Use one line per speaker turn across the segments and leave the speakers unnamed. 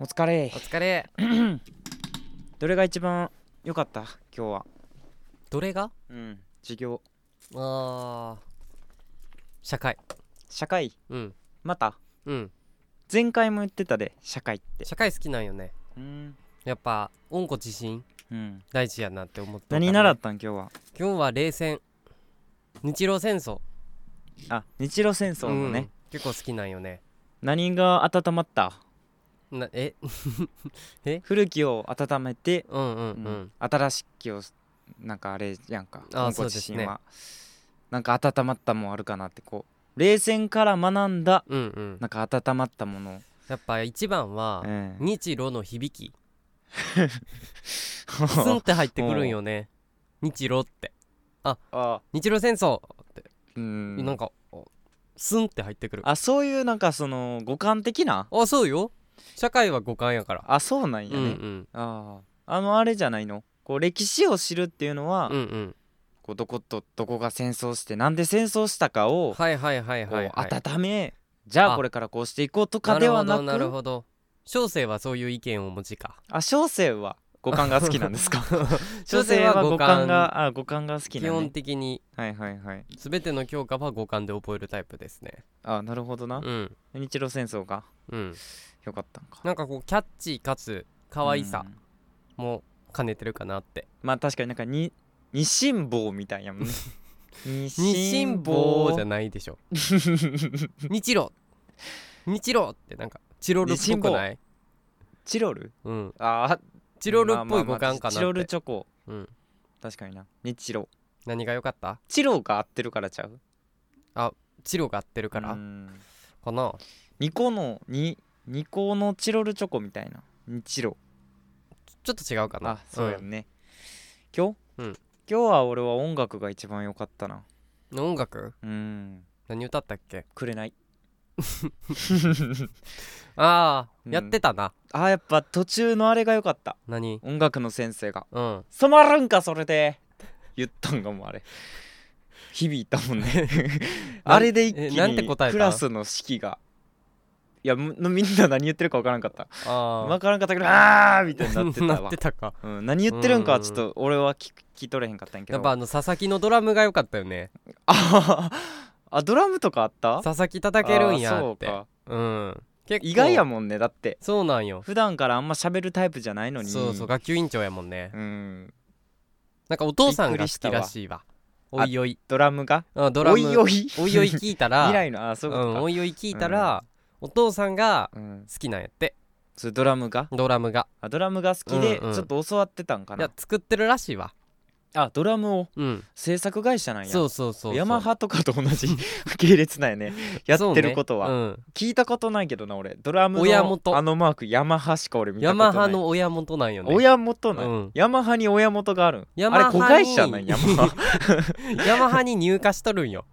お疲れ
お疲れ
どれが一番良かった今日は
どれが
うん授業
あー社会
社会
うん
また
うん
前回も言ってたで社会って
社会好きなんよね
うん、
やっぱ温故知新
うん、
大事やなって思って
何習ったん今日は
今日は冷戦日露戦争
あ日露戦争の
うん
ね、
結構好きなんよね
何が温まった
なえ
古きを温めて、
うんうんう
うん
ん
新しきをなんかあれやんか
あ
温
そう
故
で
知
す
新
ね
は、なんか温まったもんあるかなってこう冷戦から学んだ
うんうん
なんか温まったもの、
やっぱ一番は
ええ
日露の響きスンって入ってくるんよね日露って
あ
日露戦争って
うん
なんかおスンって入ってくる
あそういうなんかその五感的な
あそうよ社会は五感やから
あそうなんや
うんう
ね、
ん
あああのあれじゃないのこう歴史を知るっていうのは、
うんうん
こうどことどこが戦争してなんで戦争したかを
はいはいはい
こ
は
う
いはい
温めじゃあ
あ
これからこうしていこうとかではな
なる
く
ほど小生はそういう意見をお持ちか
あ小生は五感が好きなんですか
小生は
五
五
感
感
があ五感が好き
基
なん、
本
ね、
的に
はいはいはい
全ての教科は五感で覚えるタイプですね
あなるほどな、
うん
日露戦争が
うん
よかったんか
なんかこうキャッチーかつ可愛さ
うん
も兼ねてるかなって
まあ確かになんかに日進坊みたいやも んね日
日進坊じゃ
な
ない でしょ日露日露ってなんかチロルっぽくない
チロル
うん
ああ
チロルっぽい五感かなって
チロルチョコ
うん
確かにな日露
何が良かった
チロが合ってるからちゃう
チロが合ってるか
う
ら
ん
かな
二個のに二個のチロルチョコみたいな日露
ちょっと違うかな
あそうや
ん
ね、今日、
うん
今日は俺は音楽が一番良かったな
音楽
うん
何歌ったっけ
くれない
ああ、
うん
やってたな
あーやっぱ途中のあれが良かった
何
音楽の先生が
うん
「染まるんかそれで」言ったんがもうあれ響いたもん ねあれで一気
えなんて
に
答えた
クラスの士気がいやむみんな何言ってるか分からんかった
あ
分からんかったけどあーみたいになって たわ
か
うん、何言ってるんかはちょっと俺は聞く聞き取れへんかったんやけ
や
ど
っぱあの佐々木のドラムが良かったよね
あ あドラムとかあった
佐々木叩けるん
あ
や
ーそう
って
か
うん結構
意外やもんねだって
そうなんよ
普段からあんま喋るタイプじゃないのに
そうそう学級委員長やもんね
うん
なんかお父さ
び
ん
っくり
が好
した
き
わ
らしいわおいおい
ドラムが
あドラム
おいおい
おいおい聞いた
未
ら
来のあそうういうこと
ん
か、
おいおい聞いたらお父さんが
うん、
好きなんやって
それドラムが
ドラムが
あドラムが好きでち
うんうん
ょっと教わってたんか
い
な、
や作ってるらしいわ
あドラムを
うん
制作会社なんや
そうそうそうそう
ヤマハとかと同じ 系列なんやねやってることは、
そうねうん
聞いたことないけどな俺ドラム
親
の
元
あのマークヤマハしか俺見た
ヤ
ことない
マハの親元なんよね
親元なん、
うん
ヤマハに親元があるん
ヤ
あれ
マハ
子
に
会社 なんヤマハ
ヤマハに入荷しとるんよ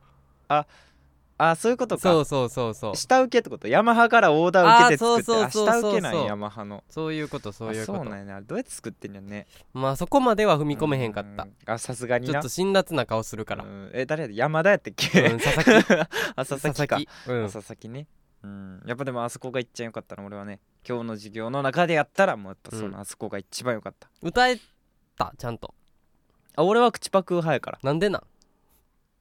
あそういうことか
そうそうそうそう
下請けってことヤマハからオーダー受けて作って
あ
あ
そうそうそうそう
下請けなんやヤマハの
そういうことそういう
あ
こ
そう
と
なんやなどうやって作ってんやね
まあそこまでは踏み込めへんかった
うあさすがに
ちょ
な
っと辛辣な顔するから、
う
うん
んえ誰やった山田やったっけ、
佐々木
あ 佐々木か
うん
佐々木ねうんやっぱでもあそこが一番良かったな俺はね今日の授業の中でやったらもうやっぱそ
うん
のあそこが一番良かった、
歌えたちゃんと
あ俺は口パク派やから
なんでなん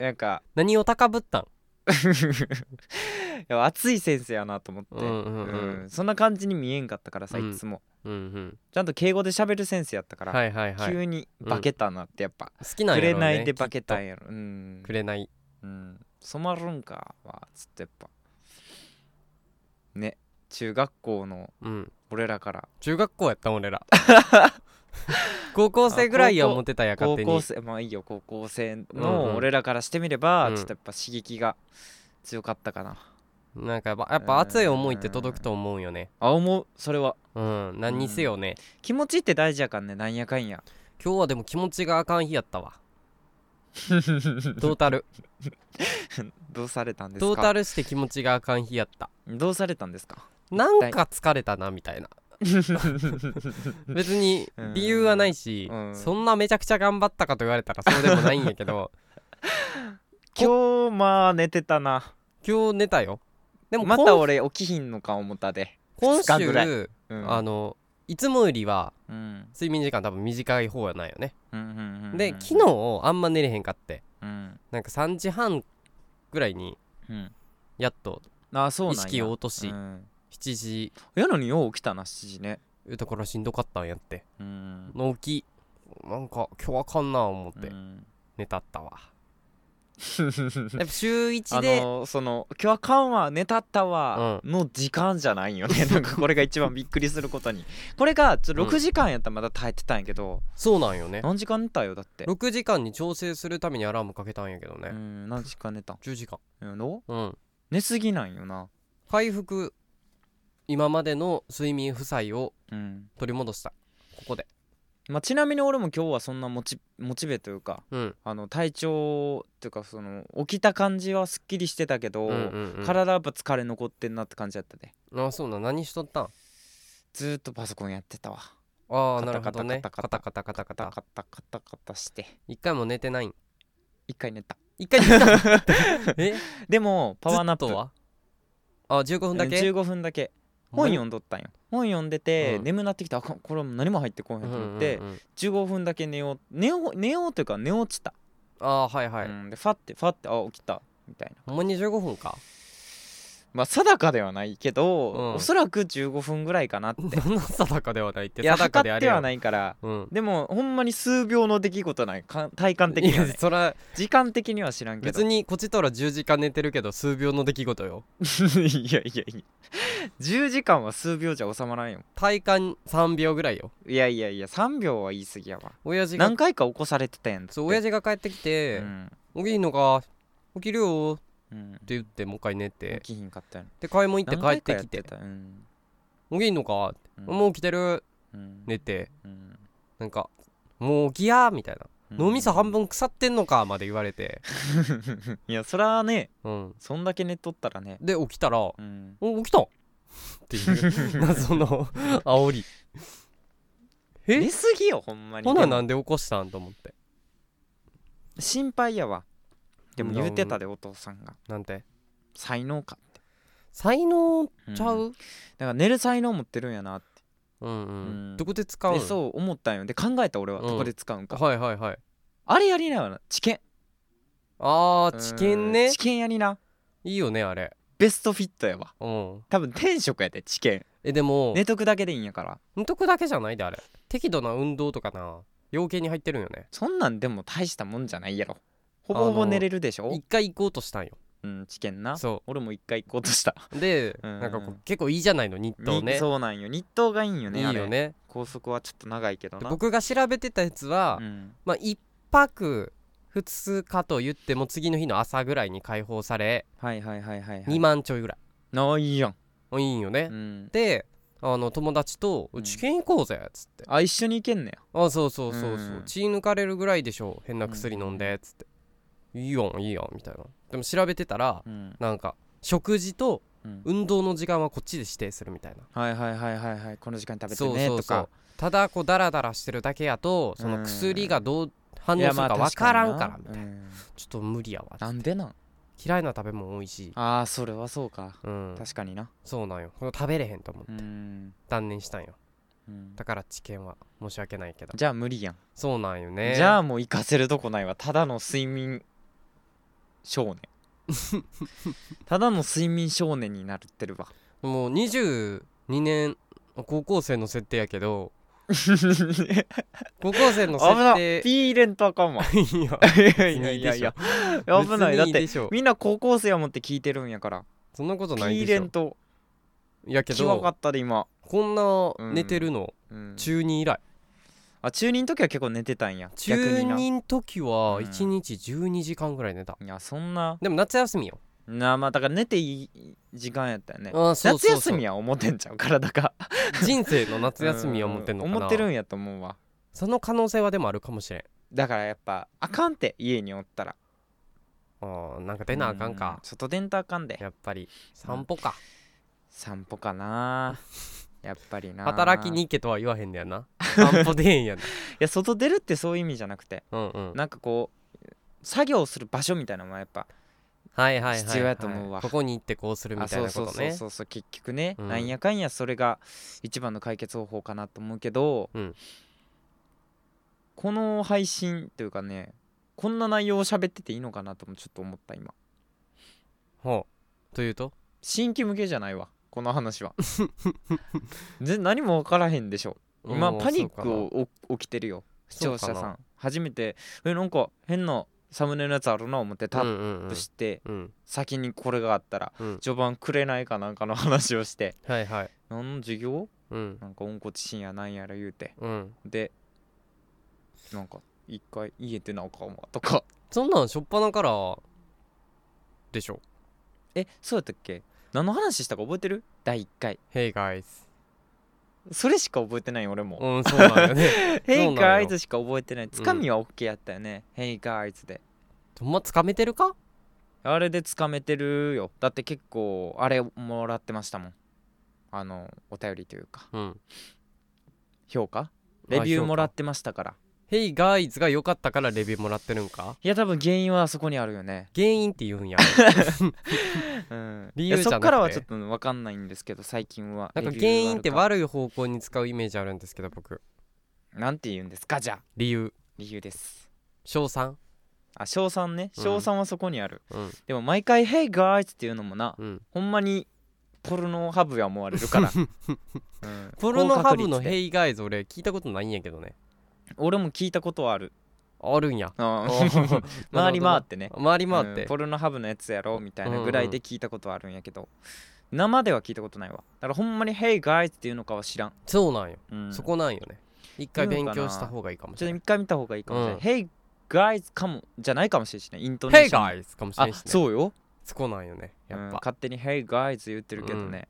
なんか
何を高ぶったん
いや熱い先生やなと思って、
うんうんうん
うんそんな感じに見えんかったからさい
うん
つも、
うんうん
ちゃんと敬語で喋る先生やったから、
はいはいはい好
急に化けたなってやっぱ、
きなん
く
や
れ
ろう
ない
ね
で化けたんやろうん
くれない
うん染まるんかはつってやっぱね中学校の
うん
俺らから
中学校やったん 俺ら高校生ぐらいや
あ高校
思ってたんや勝
高
手
校
に
生まあいいよ高校生
うんう
の
ん
俺らからしてみれば、
うん
ちょっとやっぱ刺激が強かったかな
なんかやっぱやっぱ熱い思いって届くと思うよね
あ思うそれは
うん何にせよね、
気持ちって大事やかんねなんやかん や
今日はでも気持ちがあかん日や ったわトータル
どうされたんですか
トータルして気持ちがあかん日やった
どうされたんです か
なんか疲れたなみたいな別に理由はないし、
うん
そんなめちゃくちゃ頑張ったかと言われたらそうでもないんや けど
今日まあ寝てたな
今日寝たよでも
ま
こ
た
ん
俺起きひんのか思ったで
今
二日ぐらい
週
うん
あのいつもよりは
うん
睡眠時間多分短い方やないよね
うんうんうんうん
で昨日あんま寝れへんかって
うん
なんか3時半ぐらいに
うん
やっと
あそうなん
意
や
識を落とし
うん
7時
やのによう起きたな7時ね
だからしんどかったんやって
うん
の起きなんか今日あかんな思って
うん
寝たったわやっぱ週1
あ
で
のその「今日はかんわ寝たったわ」の時間じゃない よねなんかこれが一番びっくりすることにこれがちょ
うん
6時間やったらまだ耐えてたんやけど
そうなんよね
何時間寝たよだって
6時間に調整するためにアラームかけたんやけど
う
ね
ん何時間寝たん
10時間
うんどう
うん
寝すぎなんよな
回復今までの睡眠負債を
うん
取り戻したここで
まあちなみに俺も今日はそんなモチモチベというか
うん
あの体調っていうかその起きた感じはすっきりしてたけど、
うんうんうん
体やっぱ疲れ残ってんなって感じだったで
あそうなん何しとったん
ずーっとパソコンやってたわ
ああ
カ
な
タ
る
カ
ほ
タ
どね
カ
カ
タカ
タ
タ
カタカタカ
カタ
タ
カタカタカタして
一回も寝てないん
一回寝た
一回寝た え
でもパワーナップ
ずっとはあ15分だけ
15分だけ本
ん
読んどったんよ本読んでて、
うん
眠なってきたあここれも何も入ってこんへんと思って、
うんうんうん
15分だけ寝よう寝よう寝ようというか寝落ちた、
ああーはいはい、
うん、でファってファってあ起きたみたいな
ほんまに15分か
まあ定かではないけど、
うん
おそらく15分ぐらいか なって
何の定かではないって
いや
定か
測
で
っ
あれ
て
よ
はないから
うん
でもほんまに数秒の出来事なんやか体感的
い
には
や
ね
そら
時間的には知らんけど
別にこっちとら10時間寝てるけど数秒の出来事よ
いやいやいや10時間は数秒じゃ収まらんよ
体感3秒ぐらいよ
いやいやいや3秒は言い過ぎやわ
親父が
何回か起こされてたやん
そう親
父
父が帰ってきて
うん
「起きんのか起きるよ」って
うん
言ってもう一回寝
起
て
きひんかったやん
で買い物行って帰
何回
っ
か
て
や
きて
たうん
「起きんのかもう起きてる」
うん
寝て
うん
なんか「もう起きや」みたいな「脳みそ半
分
分腐ってんのか」まで言われて
いやそらね
うん
そんだけ寝とったらね
で起きたら「
うん
お起きたん!」っていう 謎の煽りえ
寝すぎよほんまに
ほな
でも
なんで起こしたんと思って
心配やわでも
な
言うてたでお父さんが
なんて
才能かって
才能
うん
ちゃう
だから寝る才能持ってるんやなって
うんうん
うん
どこで使う
で
ん
そう思ったんよで考えた俺は
うん
どこで使うんか、
はいはいはい
あれやりなよな知見
あー知見
う
ね
ん知見やりない
いよねあれ
ベストフィットやわ
うん
多分天職やで知見
えでも
寝とくだけでいいんやから
運動だけじゃないであれ適度な運動とかな要件に入ってるんよね
そんなんでも大したもんじゃないやろほぼほ
あの
ぼ寝れるでしょ
一回行こうとしたんよ
うん知見な
そ
俺も一回行こうとした
うで
うん
なんかこう結構いいじゃないのニットを
に
ね
そうなんよ日当がいいんよね
いい
あれ
よね
高速はちょっと長いけど
で
な
僕が調べてたやつは
うん
まあ一泊2日と言っても次の日の朝ぐらいに解放され
はいはいはいはいはい
2万ちょいぐらい
ないやん、
いいんよね
うん、
であの友達と
う
「
ん
治験行こうぜ」っつって
あ一緒に行けんねや
「あそうそうそうそううん血抜かれるぐらいでしょ変な薬飲んで」っつって「いいやんいいやん」みたいなでも調べてたら
うん、
なんか食事と
うん、
運動の時間はこっちで指定するみたいな
はいはいはいはいはいこの時間に食べ
そ
て
う
ね
そう
と
そ
か
うただこうダラダラしてるだけやとその薬がどう反応
い
す
や
る
まあ
か分
確
から
に
ん
な
からみたいな
うん
ちょっと無理やわ
なんでなん
嫌いな食べ物多いし
ああそれはそうか、
うん
確かにな
そうなんよこの食べれへんと思う
うん、
断念したんよ
うん
だから治験は申し訳ないけど
じゃあ無理やん、
そうなんよね
じゃあもう行かせるとこないわただの睡眠少 年ただの睡眠少年になって るわ
もう22年高校生の設定やけど
危
高校生の
な
設
ピー
定
入れんとあかんわ
い や
いや
別
い
に
や
いい
いや
で
い
しょ
や危ないだっ
別にいいで
て
しょ
みんな高校生を持って聞いてるんやから
そんなこと
ピ
ない
ー
で
レ
し
ン
ょ
と
やけ
際か
ど
ったで今、
こん
う
なん寝てるの
うん
中2以来
あ中2の時は結構寝てたんや逆
中
にな
2の時は
うん
1日12時間ぐらい寝た
いやそんな
でも夏休みよ
なあまあだから寝ていい時間やったよね
あーそう
夏
そう
休
そう
みは思ってんちゃう体が
人生の夏休みは思ってんのか
思ってる
なん
やと 思うわ
その可能性はでもあるかもしれん
だからやっぱあかんって家におったら
あーなんか出なあかん
う
か
外出んとあかんで
やっぱり散歩か
散歩かなやっぱりな
働きに
い
行けとは言わへんねやな散歩出へんやな
や外出るってそういう意味じゃなくて
うんうん
なんかこう作業する場所みたいなのはやっぱ
はいはいはい、はい、
必要やと思うわ
ここに行ってこうするみ
あ
たい
そう
な
そ
こ
う
と
そう
ね
そうそう結局ね、
うん
なんやかんやそれが一番の解決方法かなと思うけど、
うん
この配信というかねこんな内容を喋ってていいのかなともちょっと思った今
ほうというと
新規向けじゃないわこの話 はぜ何も分からへんでしょ今
うん
パニッ
そうか
ク
な
をお起きてるよ視
そ
聴
うか
者
な
さん初めてえなんか変なサムネのやつあるな思ってタッ
ッ
プして、
うん
先にこれがあったら
うん
序盤くれないかなんかの話をして
はいはい
何の授業
うん
なんか温故知新やなんやら言うて
うん
でなんか一回家出なあかんわとか
そんなん初っ端からでしょ
えそうやったっけ何の話したか覚えてる第1回
Hey guys
それしか覚えてない俺も
うんそうなんだよね
「ヘ
そ
イ
うなんよ
ガイズ」しか覚えてないつかみは OK やったよね「ヘイガイズ」で
ほんまつかめてるか
あれでつかめてるよだって結構あれもらってましたもんあのお便りというか
うん
評価レビューもらってましたから
「Hey guys」が良かったからレビューもらってるんか
いや多分原因はあそこにあるよね
原因って言うんや
うん
理
い
由
や
じゃなくて
そっからはちょっと分かんないんですけど最近は
なんか
レビ
原
ューが
因って
ある
悪い方向に使うイメージあるんですけど僕
かなんて言うんですかじゃあ
理由
理由です
賞賛
あ賞賛ね
うん
賞賛はそこにある、
うん
でも毎回「Hey guys」っていうのもな
うん
ほんまにポルノハブや思われる から、うん
ポルノハブの
高
「
確率で
Hey guys」俺聞いたことないんやけどね
俺も聞いたことはある
あるんや
うん
ー
回り回ってね
回り回って
うんポルノハブのやつやろみたいなぐらいで聞いたことはあるんやけど、生では聞いたことないわだからほんまに「Hey guys」っていうのかは知らん、
そうなんよ
うん
そこなんよね一回勉強した方がいいかもし
ちょっと
れない
一回見た方がいいかもしれ
うん
ない。Hey guys かもじゃないかもしれないしね。イント
「
ネー
Hey
ション。
guys」かもしれ
あ
んしね
そうよ。
そこなんよね
う
や
ん
っぱ
勝手に Hey guys 言ってるけどね。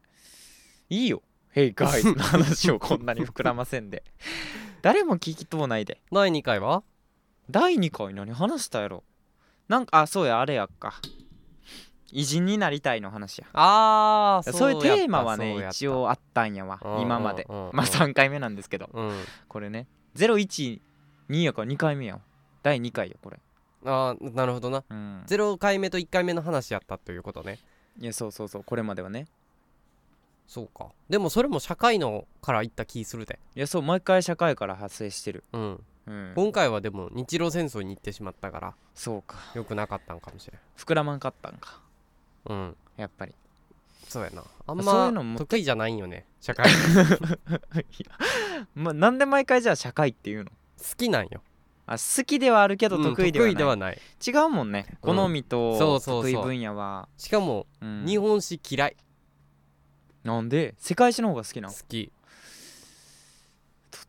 いいよ。Hey guys の話をこんなに膨らませんで。 誰も聞きとうないで。
第2回は
第2回何話したやろなんか、あ、そうや、あれやっか。偉人になりたいの話や。
ああ
そういうテーマはね、一応あったんやわ、今まで。まあ3回目なんですけど、
うん
これね。012やから2回目やん。第2回よ、これ。
あーなるほどな
うん。
0回目と1回目の話やったということね
いやそうそうそうこれまではね
そうかでもそれも社会のから言った気するで
いやそう毎回社会から発生してる
うん
うん
今回はでも日露戦争に行ってしまったから
そうか
良くなかったんかもしれん
膨らまんかったんか
うん
やっぱり
そうやなあん
そういうの
ま
も
得意じゃないんよね 社会好
いやまなんで毎回じゃあ社会っていうの
きなんよ
あ好きではあるけど
うん
得意ではない,、
ない
違うもんね好み
そ
と
うそうそ
得
う
意分野は、
しかも
うん
日本史嫌い
なんで世界史の方が好きな
好
のどっ
き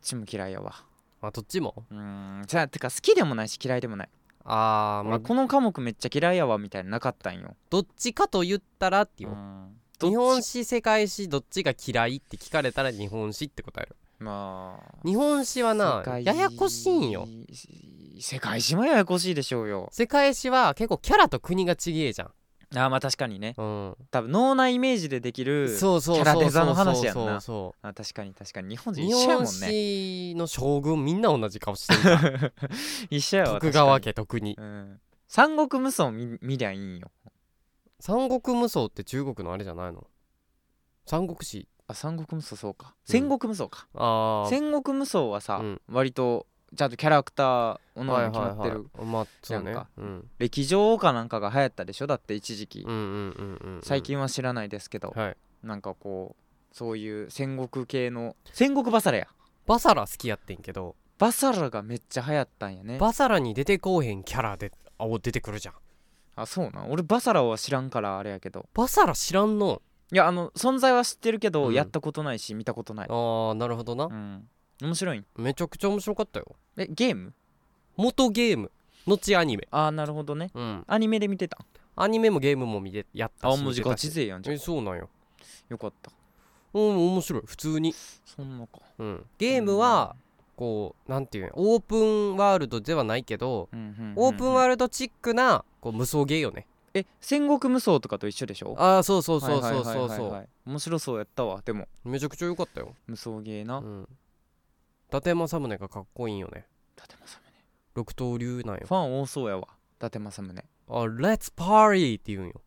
ちも嫌いやわ
あどっちも
うんじゃあてか好きでもないし嫌いでもない、
あー
俺
まあ
この科目めっちゃ嫌いやわみたいなのなかったんよ、
どっちかと言ったらっていううん日本史世界史どっちが嫌いって聞かれたら日本史って答える
まあ
日本史はな
世界
ややこしいんよ
世界史もややこしいでしょうよ
世界史は結構キャラと国がちげえじゃん
あーまあ確かにね
うん
多分脳内イメージでできる
そうそうそう
キャラデザの話やんな
そうそ
あ確かに確かに日本
う
人
日
一緒やも
本
んね
史の将軍みんな同じ顔してる じゃん
一緒やわ
徳川
確
家特に
かにうん、三国無双見見りゃいいんよ
三国無双って中国のあれじゃないの三国志
あ三国無双そうか
うん
戦国無双か、
ああ
戦国無双はさ、
うん
割とちゃんとキャラクターおのおの決まってる、
まあそう
な
ね
んか
うん
歴女王かなんかが流行ったでしょだって一時期、
うんうんうんうんうん
最近は知らないですけど、
はい
なんかこうそういう戦国系の戦国バサラや
バサラ好きやってんけど
バサラがめっちゃ流行ったんやね
バサラに出てこうへんキャラであお出てくるじゃん
あそうなん俺バサラは知らんからあれやけど
バサラ知らんの
いやあの存在は知ってるけど、
うん
やったことないし見たことない
ああなるほどな
うん面白いん
めちゃくちゃ面白かったよ
えゲーム
元ゲーム後アニメ
ああなるほどね
うん
アニメで見てた
アニメもゲームも見てやった
あ
し
文字
見て
ガ
たし
チ勢やんじゃん
えそうなんよ
よかった
うん面白い普通に、
そんなか
うん、ゲームはこうなんていうのオープンワールドではないけど
うんうんうんうん
オープンワールドチックなこう無双ゲーよね
え戦国無双とかと一緒でしょ
ああそうそうそうそう
はいは
そ
いうはいはい
そ
はい面白そうやったわでも
うめちゃくちゃ良かったよ、
無双ゲー
う
な、
ん、伊達政宗がかっこいいんよね
伊達政宗
六刀流なんよ
ファン多そうやわ達政宗
あ、Let's party って言うんよ。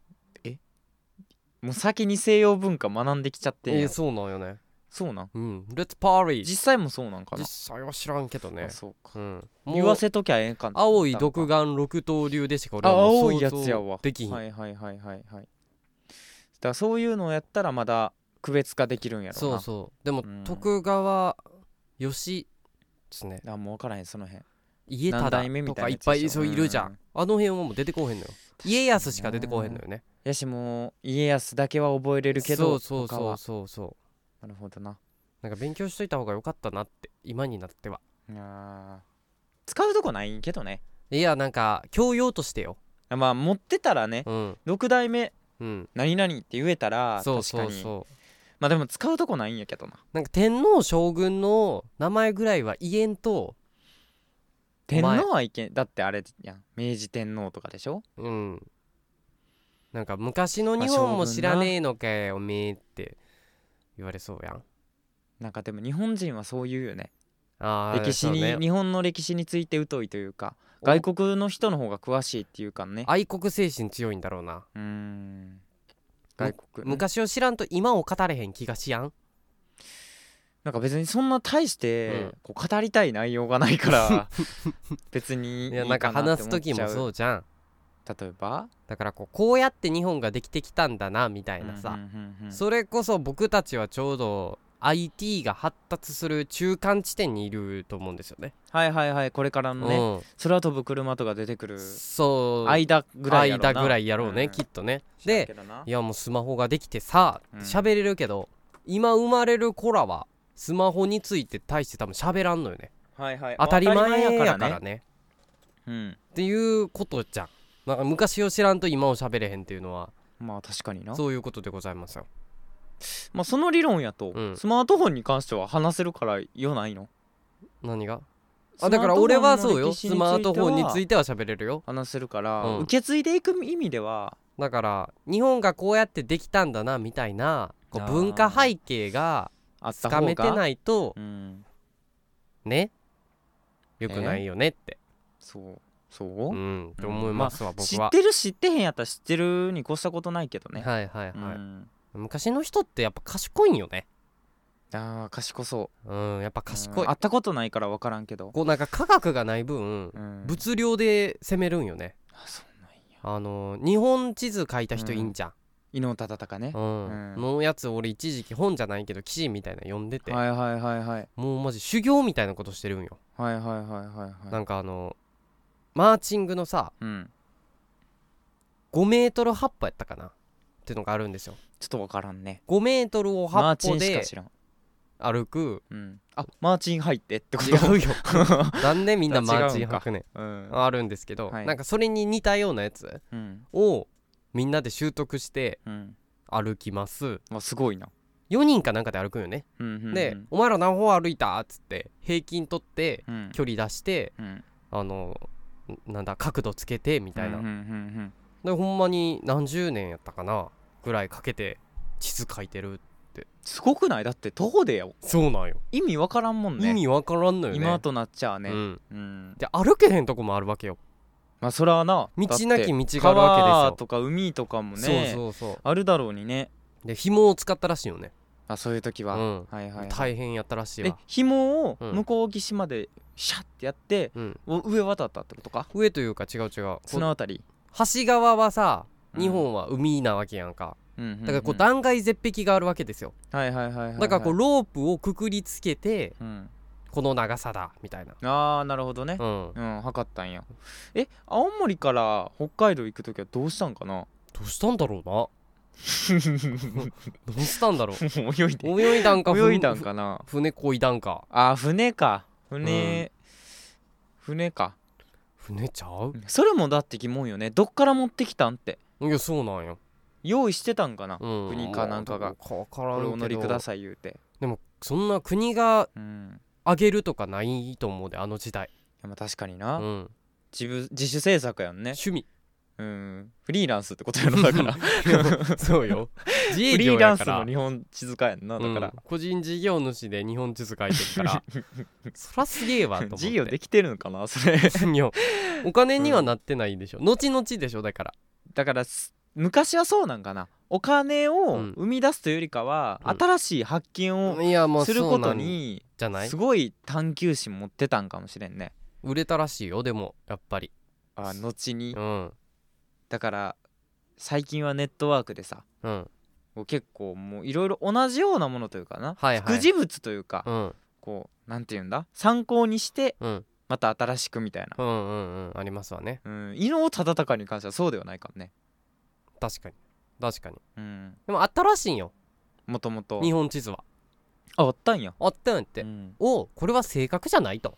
もう先に西洋文化学んできちゃってん
え
や
ー、そうなんよね。
そうなん
うん。Let's party。
実際もそうなんかな
実際は知らんけどね
あ。そうか
うん。もう
言わせときゃええんかな
青い独眼六刀流でしか俺
あ
はも
青
う
い
想
やつや
像
わ
できひん。
はいはいはいはいはいだからそういうのをやったらまだ区別化できるんやろ
そう
な
そう。でも、
うん
徳川義ですね。
あもう分からへんその辺
家
何代目
忠と
みた
か
い
いっ
な
ぱ
やつ
い
でしょ
そういるじゃん。
うん
あの辺はもう出てこうへんのよ。家康しか出てこうへんのよね。
やしもう家康だけは覚えれるけ
そ
ど
うそう
他
そう
は
そうそ
なるほどな
う。なんか勉強しといた方が良かったなって今になっては。
あー使うとこないんけどね
いやなんか教養としてよ。
まあ持ってたらね
うん
6代目
うん。
何々って言えたら
そう
確か
そう
に
そう。
まあでも使うとこないんやけどな
なんか天皇将軍の名前ぐらいは言えんと、
天皇はいけんだってあれやん明治天皇とかでしょ
うん。なんか昔の日本も知らねえのかよおめえって言われそうやん。
なんかでも日本人はそう言うよね
あー
歴史に、
そうね
日本の歴史について疎いというか
お
外国の人の方が詳しいっていうかね
愛国精神強いんだろうな。
うーん外国ね
昔を知らんと今を語れへん気がしやん。
なんか別にそんな大して
うん
こう語りたい内容がないから 別にい
い
い
やなんか
かなっ
話
て
す
思っ
時
ちゃ
も
う
そうじゃん。
例えば
だからこうこうやって日本ができてきたんだなみたいなさ、
うんうんうんうん
それこそ僕たちはちょうど IT が発達する中間地点にいると思うんですよね。
はいはいはいこれからのね空飛ぶ車とか出てく
う
る
ん、そう
間ぐらいやろうな
間ぐらいやろうね、
うん
きっとね。
知らん
で
けどない
やもうスマホができてさ
うん
喋れるけど、今生まれる子らはスマホについて大して多分喋らんのよね。
はいはい
当たり前やからね。
ねうん
っていうことじゃん。なんか昔を知らんと今を喋れへんっていうのは
まあ確かにな
そういうことでございますよ。
まあその理論やと
うん
スマートフォンに関しては話せるからよないの
何があだから俺はそうよスマートフォンにつ
て
いては喋れるよ
話せるから、
うん
受け継いでいく意味では
だから日本がこうやってできたんだなみたいなこ
あ
う
ー
文化背景が
あっ
つ
た
か
方
め
が
てないと
うん
ねよくないよねって
そうそう、
うんって思いますわ僕
知
は
ってる知ってへんやったら知ってるに越したことないけどね、
はいはいは
う
い
ん
昔の人ってやっぱ賢いんよね
あー賢そ
うんやっぱ
う
賢
う
い
ん会ったことないから分からんけど、
こうなんか科学がない分
うん
物量で攻めるんよね
あそうなんや
あの日本地図書いた人いんじゃん
伊能忠敬ね
う、ん
うん
のやつ俺一時期本じゃないけど記事みたいなの読んでて
はいはいはいはい
もうマジ修行みたいなことしてるんよ、
はいはいはいはい
な
はい
んかあのマーチングのさ
うん
5メートル8歩やったかなっていうのがあるんですよ
ちょっと分からんね
5メートルを
マー
8
チ
歩
ンしか
で
知らん、
歩く
うん、あマーチン入ってってこと
違うよなんでみんなマーチン
違うんか
履くねん
うん
あるんですけど、
はい
なんかそれに似たようなやつ
うん
をみんなで習得して
うん
歩きます
あすごいな、
4人かなんかで歩くんよね、
うんうんうん、
で「お前ら何歩歩いた?」っつって平均取って
うん、
距離出して
うん
あのなんだ角度つけてみたいな
うんうんうん
でほんまに何十年やったかなぐらいかけて地図書いてる
すごくないだって徒歩でよ
そうなんよ、
意味わからんもんね
意味わからんのよね
今となっちゃうね、
う
うん
ん、で歩けへんとこもあるわけよ
まあそれはな
道
だって
なき道があるわ
川とか海とか
け
も
ですよ、
ね
そうそうそ
あるだろうにね
うで紐を使ったらしいよね
あそういう時
う
は、は
ん
いはい、はい、
大変やったらしい
で
わ
紐を
うん
向こう岸までシャッてやって、
うん
お上渡ったってことか
上というか違う違う
綱渡り、
こう橋側はさ
うん
日本は海なわけやんか、
うんうんうん
だからこう断崖絶壁があるわけですよ、
はいはいはいはいはい
だからこうロープをくくりつけて
うん、
この長さだみたいな
ああなるほどね
うんど
うん、測ったんやえ青森から北海道行く時はどうしたんか な
うしたんだろうなどうしたんだろう
もう泳い で
泳いだんかふ
泳いだんかな
ふ船こいだんか
あ船か船、船か
船ちゃう
それもだって疑問よねどっから持ってきたんって
いやそうなんよ、
用意してたんかな、
うん、
国かなんかが
どこかわか
これ
らんけど
お乗りください言うて
でもそんな国が
うん
あげるとかないと思うであの時代、
いやまあ確かに
う
な、
ん、
自分自主制作やんね
趣味
ううんフリーランスってことやろだからフ
そうよ自営
リ
業
ーラ
や
ン
か
ス
ら
の日本地図家やんなだか
う
ら
ん、個人事業主で日本地図書いてるから そらすげえわと思って
事業できてるのかなそれ
いやお金にはなってな いでしょ、後々でしょだから
だからす昔はそうなんかなお金を
うん
生み出すというよりかは、
うん
新しい発見を
いやもう
するこ
そうな
と
ん
に
じゃない
すごい探求心持ってたんかもしれんね
売れたらしいよでもやっぱり
あ後に
うん
だから最近はネットワークでさ
うん
こう結構もういろいろ同じようなものというかな、
はいはい
副事物というか、
うん
こうなんていうんだ参考にして
うん
また新しくみたい
うんうんうんありますわね
な、うん、伊能忠敬に関してはそうではないからね
確かに確かに
うん
でも新しいんよ
もともと
日本地図は
ああったんや
あったんやって、
うん
おうこれは正確じゃないと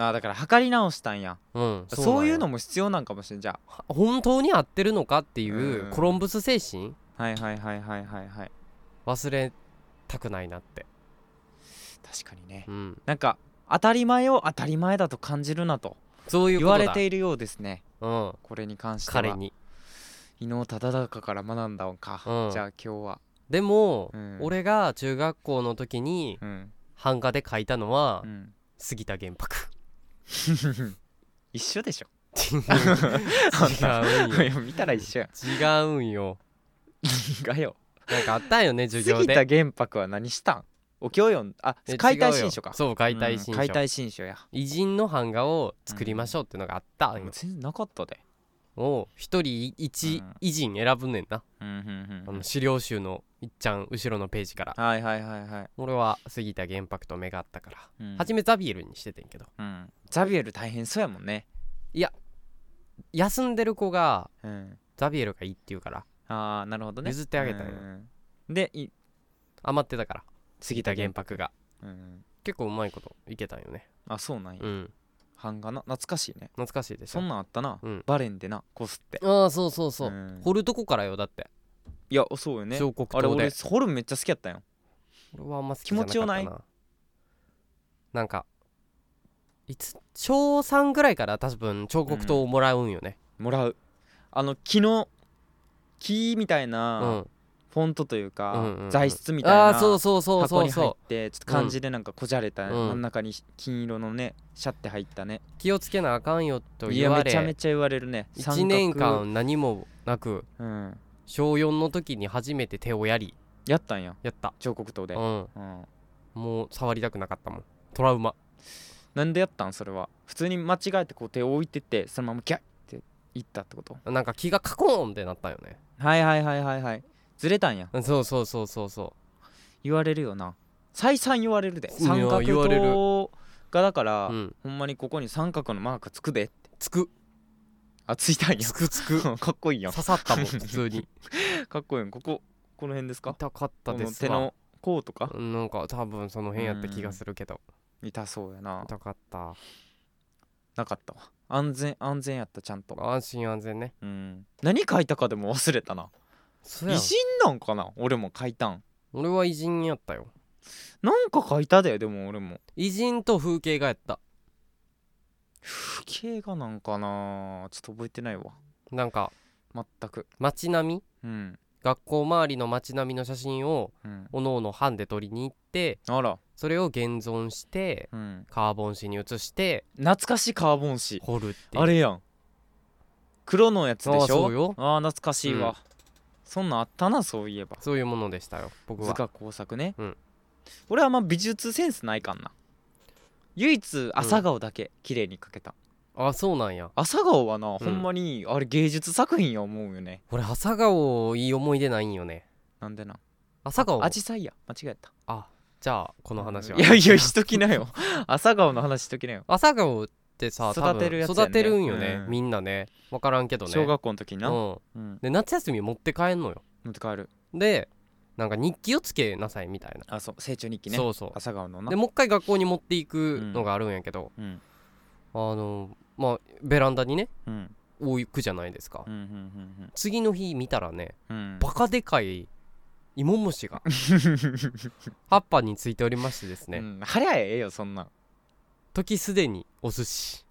あだから測り直したんや
うん
そういうのも必要なんかもしれんじゃ
は本当に合ってるのかっていう
うん
コロンブス精神
あはいはいはいはいはいはい
忘れたくないなって
確かにね、
うん
なんか当たり前を当たり前だと感じるなと
そういう
言
こと
わ
だ
れているようですね
うん
これに関しては
彼に
伊能忠敬から学んだのか、
うん
じゃあ今日は
でも、
うん
俺が中学校の時に
うん
版画で描いたのは、
うん
杉田玄白
一緒でしょ い
違うんよ
や見たら一緒やん
違うんよ
がよ
なんかあったんよね授業
杉
で
田玄白は何したんお経読んあ
え
解体
違う
新
よ
書か
そう解体新
うん
書、
解体新書や
偉人の版画を作りましょうっていうのがあったんよ、
全然なかったで
を一人一
うん
偉人選ぶねんな、
うんうん
あ
うん
の資料集のいっちゃん後ろのページから
はいはいはいはい
俺は杉田玄白と目が合ったから、
うん
初めザビエルにしててんけど
うんザビエル大変そうやもんね
休んでる子が
うん
ザビエルがいいって言うから
ああなるほどね
譲ってあげたんよ
うんでい
余ってたから杉田玄
玄
白が
うん
結構うまいこといけたんよね
あそうなんや
うん
版画な懐かしいね
懐かしいでし
そ
ょ
んなんあったな
うん
バレンでなこすって
ああそうそうそう、
ん
掘るとこからよだって
いやそうよね
彫刻
あれ
刀
俺
で
ホルンめっちゃ好きやったんよ
俺はあんま好きじゃなかったな
気持ちよ
なんかいつ小3ぐらいから多分彫刻刀をもらうんよね
もらうあの木の木みたい
うん、
なフォントというか、
うんうんうん
材質みたい
あ
な
あそうそうそう
箱
そ
に
う
入
そ
ってちょっと漢字でなんかこじゃれた、
うん
真ん中に金色のねシャって入ったね
う気をつけなあかんよと
い
言
や
わ
めちゃめ
れ
ちゃ言われるね
1年、間何もなく
三角うん、
小4の時に初めて手をやり
やったんや
やった、
彫刻刀で、
うん、
うん
もう触りたくなかったもんトラウマ
なんでやったんそれは普通に間違えてこう手を置いててそのままギャッっていったってこと
なんか気がカコーンってなったよね
はいはいはいはいはいずれたんや
うんそうそうそうそうそ
言われるよな再三言われるで
いや
三角
言われる
刀がだから、
う、うん、
ほんまにここに三角のマークつくでって
つく
あついたんや
つくつく
かっこいいやん
刺さっ たもん普通に
かっこいいやんこここの辺ですか
痛かった
こ
で
の
す
手
わ
の甲とか
うんなんか多分その辺やった気がするけど
痛そうやな
痛かった
なかったわ安全安全やったちゃんと
安心安全ね
うん何書いたかでも忘れたな
そうや
偉
ん
人なんかな俺も書いたん
俺は偉人やったよ
なんか書いたででも俺も
偉人と風景画やった
風景画なんかなちょっと覚えてないわ
なんか
全く
街並み
うん
学校周りの街並みの写真を
うん
おのおの版で撮りに行って
あら
それを現存して
うん
カーボン紙に写して
懐かしいカーボン紙
彫るっていう
あれやん黒のやつでしょ
あそうよ
あー懐かしいわ、
うん
そんなんあったなそういえば
そういうものでしたよ僕
図
は
画工作ね、
うん
俺はあんま美術センスないかんな唯一朝顔だけ綺麗に描けた、
あそうなんや
朝顔はな、
ん
ほんまにあれ芸術作品や思うよね
俺朝顔いい思い出ないんよね
なんでな
朝顔
アジサイや間違えた
あじゃあこの話はい
やいやしときなよ 朝顔の話しときなよ
朝顔ってさ多分
育てるやつやんね
育てるんよね、
うん
みんなね分からんけどね
小学校の時にな、
うん
うん、
で夏休み持って帰んのよ
持って帰る
でなんか日記をつけなさいみたいな、
あそう成長日記ね
そうそう
朝顔のな
でもう一回学校に持っていくのがあるんやけど、
うん
あのまあベランダにね
うん
置くじゃないですか、
うんうん
次の日見たらね
うんうん
バカでかい芋虫が葉っぱについておりましてですね、
うん、早ええよそんなん
時すでにお寿司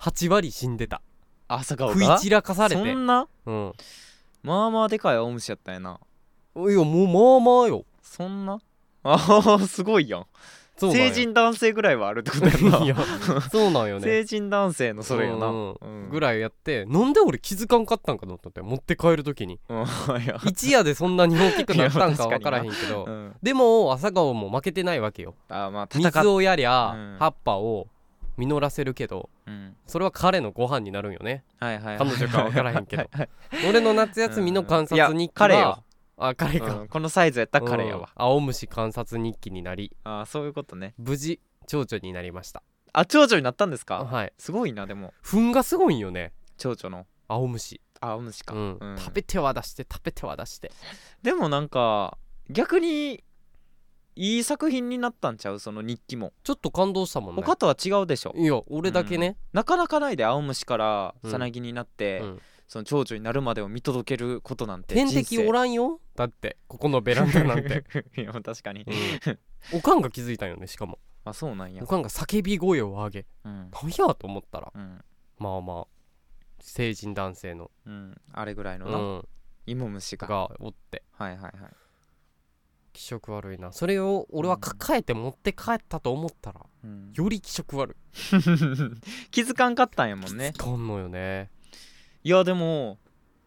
8割死んでた
朝顔
食い
が
散らかされ
そ
て
んな
うん
まあまあでかい青虫やったんやない
やもうまあまあよ
そんなあ あすごいやん
そうなん
成
よ
人男性ぐらいはあるってことやんない
やそうなんよね
成人男性のそれよな、
うん
うん
ぐらいやってなんで俺気づかんかったんかと思ったって持って帰る 時に
うんいや
一夜でそんなに大きくなったんか分からへんけ
う
ど
ん
でも朝顔も負けてないわけよ
あーまあ戦
水
っ、
をやり
うん
ゃ葉っぱを実らせるけど
うん、
それは彼のご飯になるんよね
はいはいはい
彼女か分からへんけど俺の夏休みの観察日
う
記
んいや彼よ
はあ彼
う
か
んこのサイズやったら彼や
うん
わ、
青虫観察日記になり
ああそういうことね
無事蝶々になりました
あ蝶々になったんですか、
はい
すごいなでも
糞がすごいんよね
蝶々の
青虫
青虫か、
うん
うん
食べては出して食べては出して
でもなんか逆にいい作品になったんちゃうその日記も
ちょっと感動したもんね
他とは違うでしょ
いや俺だけね、
なかなかないで青虫から
うん
さなぎになって、
うん
その蝶々になるまでを見届けることなんて
天敵おらんよだってここのベランダなんて、
て いや確かに、
うんおかんが気づいたんよねしかも
あそうなんや
お、かんが叫び声を上げ
うん
なんやと思ったら
うん
まあまあ成人男性の、
うん、あれぐらいの
う
な、
ん、
芋虫が
がおって
はいはいはい
気色悪いなそれを俺は抱えて持って帰ったと思ったら、
うん
より気色悪
気づかんかったんや
い
も
気
んね
づかんのよね
いやでも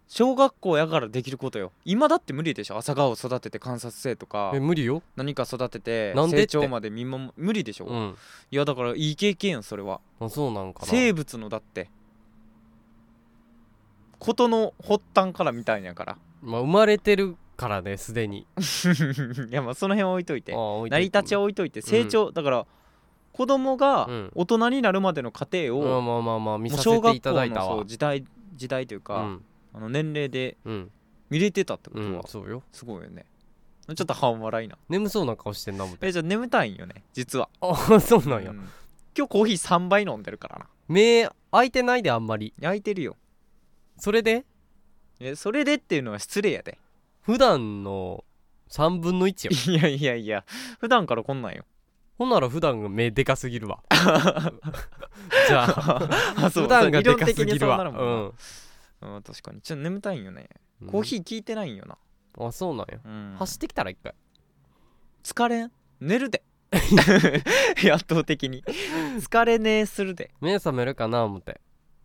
小学校やからできることよ今だって無理でしょ朝顔育てて観察生とか
え無理よ、
何か育てて
なんでって
成長まで見守無理でしょ、
うん
いやだからいい経験よそれは
あそうなんかな
生物のだってことの発端からみたいなんやから
まあ、生まれてるからねすでに
いやまあその辺は置いといて
ああ置いと
成
い
り
て
立ちは置いといて成長、だから子供が
うん
大人になるまでの過程
まあ
を、
まあまあまあ見
も
さ
う
せ
小学
ていた
校
だいた
のそ
わ
う時代時代という
う
か、
ん
あの年齢で
うん
見れてたってこ
う
とは、
んそうよ
すごいよねちょっと半笑いな
眠そうな顔してんなもて
えじゃあ眠たいんよね実は、
あ そうなんや、
うん今日コーヒー3杯飲んでるからな
目開いてないであんまり
焼いてるよ
それで
えそれでっていうのは失礼やで
普段の3分の1よ
いやいやいや普段からこんなんよ
ほんなら普段が目でかすぎるわじゃあ
あ
普段がでかす
理論的
ぎ
に
る
そうな
わ
るもんなうん、確かにちょっと眠たいんよね、
うん
コーヒー効いてないんよな、
ーあそうなんや
うん、
走ってきたら一回
疲れん寝るでい や圧倒的に疲れねえするで、
目覚めるかな思って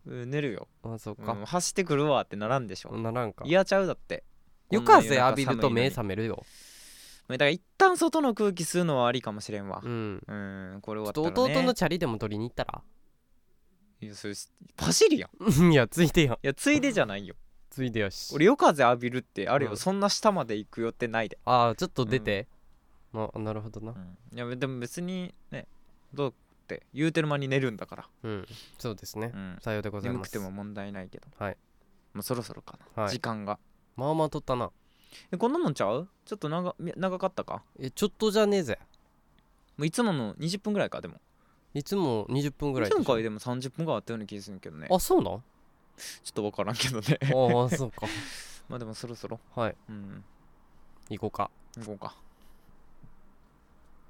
うん寝るよ、
あそっ
う
か、
ん、走ってくるわってならんでしょ
ならんか
嫌ちゃうだって
夜風浴びると目
ま
覚めるよ、
あだから一旦外の空気吸うのはありかもしれんわ
う。ん
うーん、これ
ち
終
ょ
わ
っ
った
と
らね。
弟のチャリでも取りに行ったら
いやそれパシリやん。い
いやついてやん
やついでじゃないよ。
ついでやし
俺夜風浴びるってあるよ、
うん
そんな下まで行く予定ないで。
ああちょっと出て、あなるほどな
うん、いやでも別にねどうって言うてる間に寝るんだから。
うんそうですね、
うん、
さようでござい
眠
ま
く
す
ても問題ないけど。
はい。
もうそろそろかな。
はい
時間が。
まあまあ取ったな
えこんなもんちゃう？ちょっと長み長かったか。
えちょっとじゃねえぜ
もういつもの20分ぐらいかでも。
いつも20分ぐらいでしょ
前回でも30分ぐらいあったような気がするけどね。ちょ
あそうなん
っとわからんけどね。
ああそうか
まあでもそろそろ。
はい
うん。
行こうか
行こうか。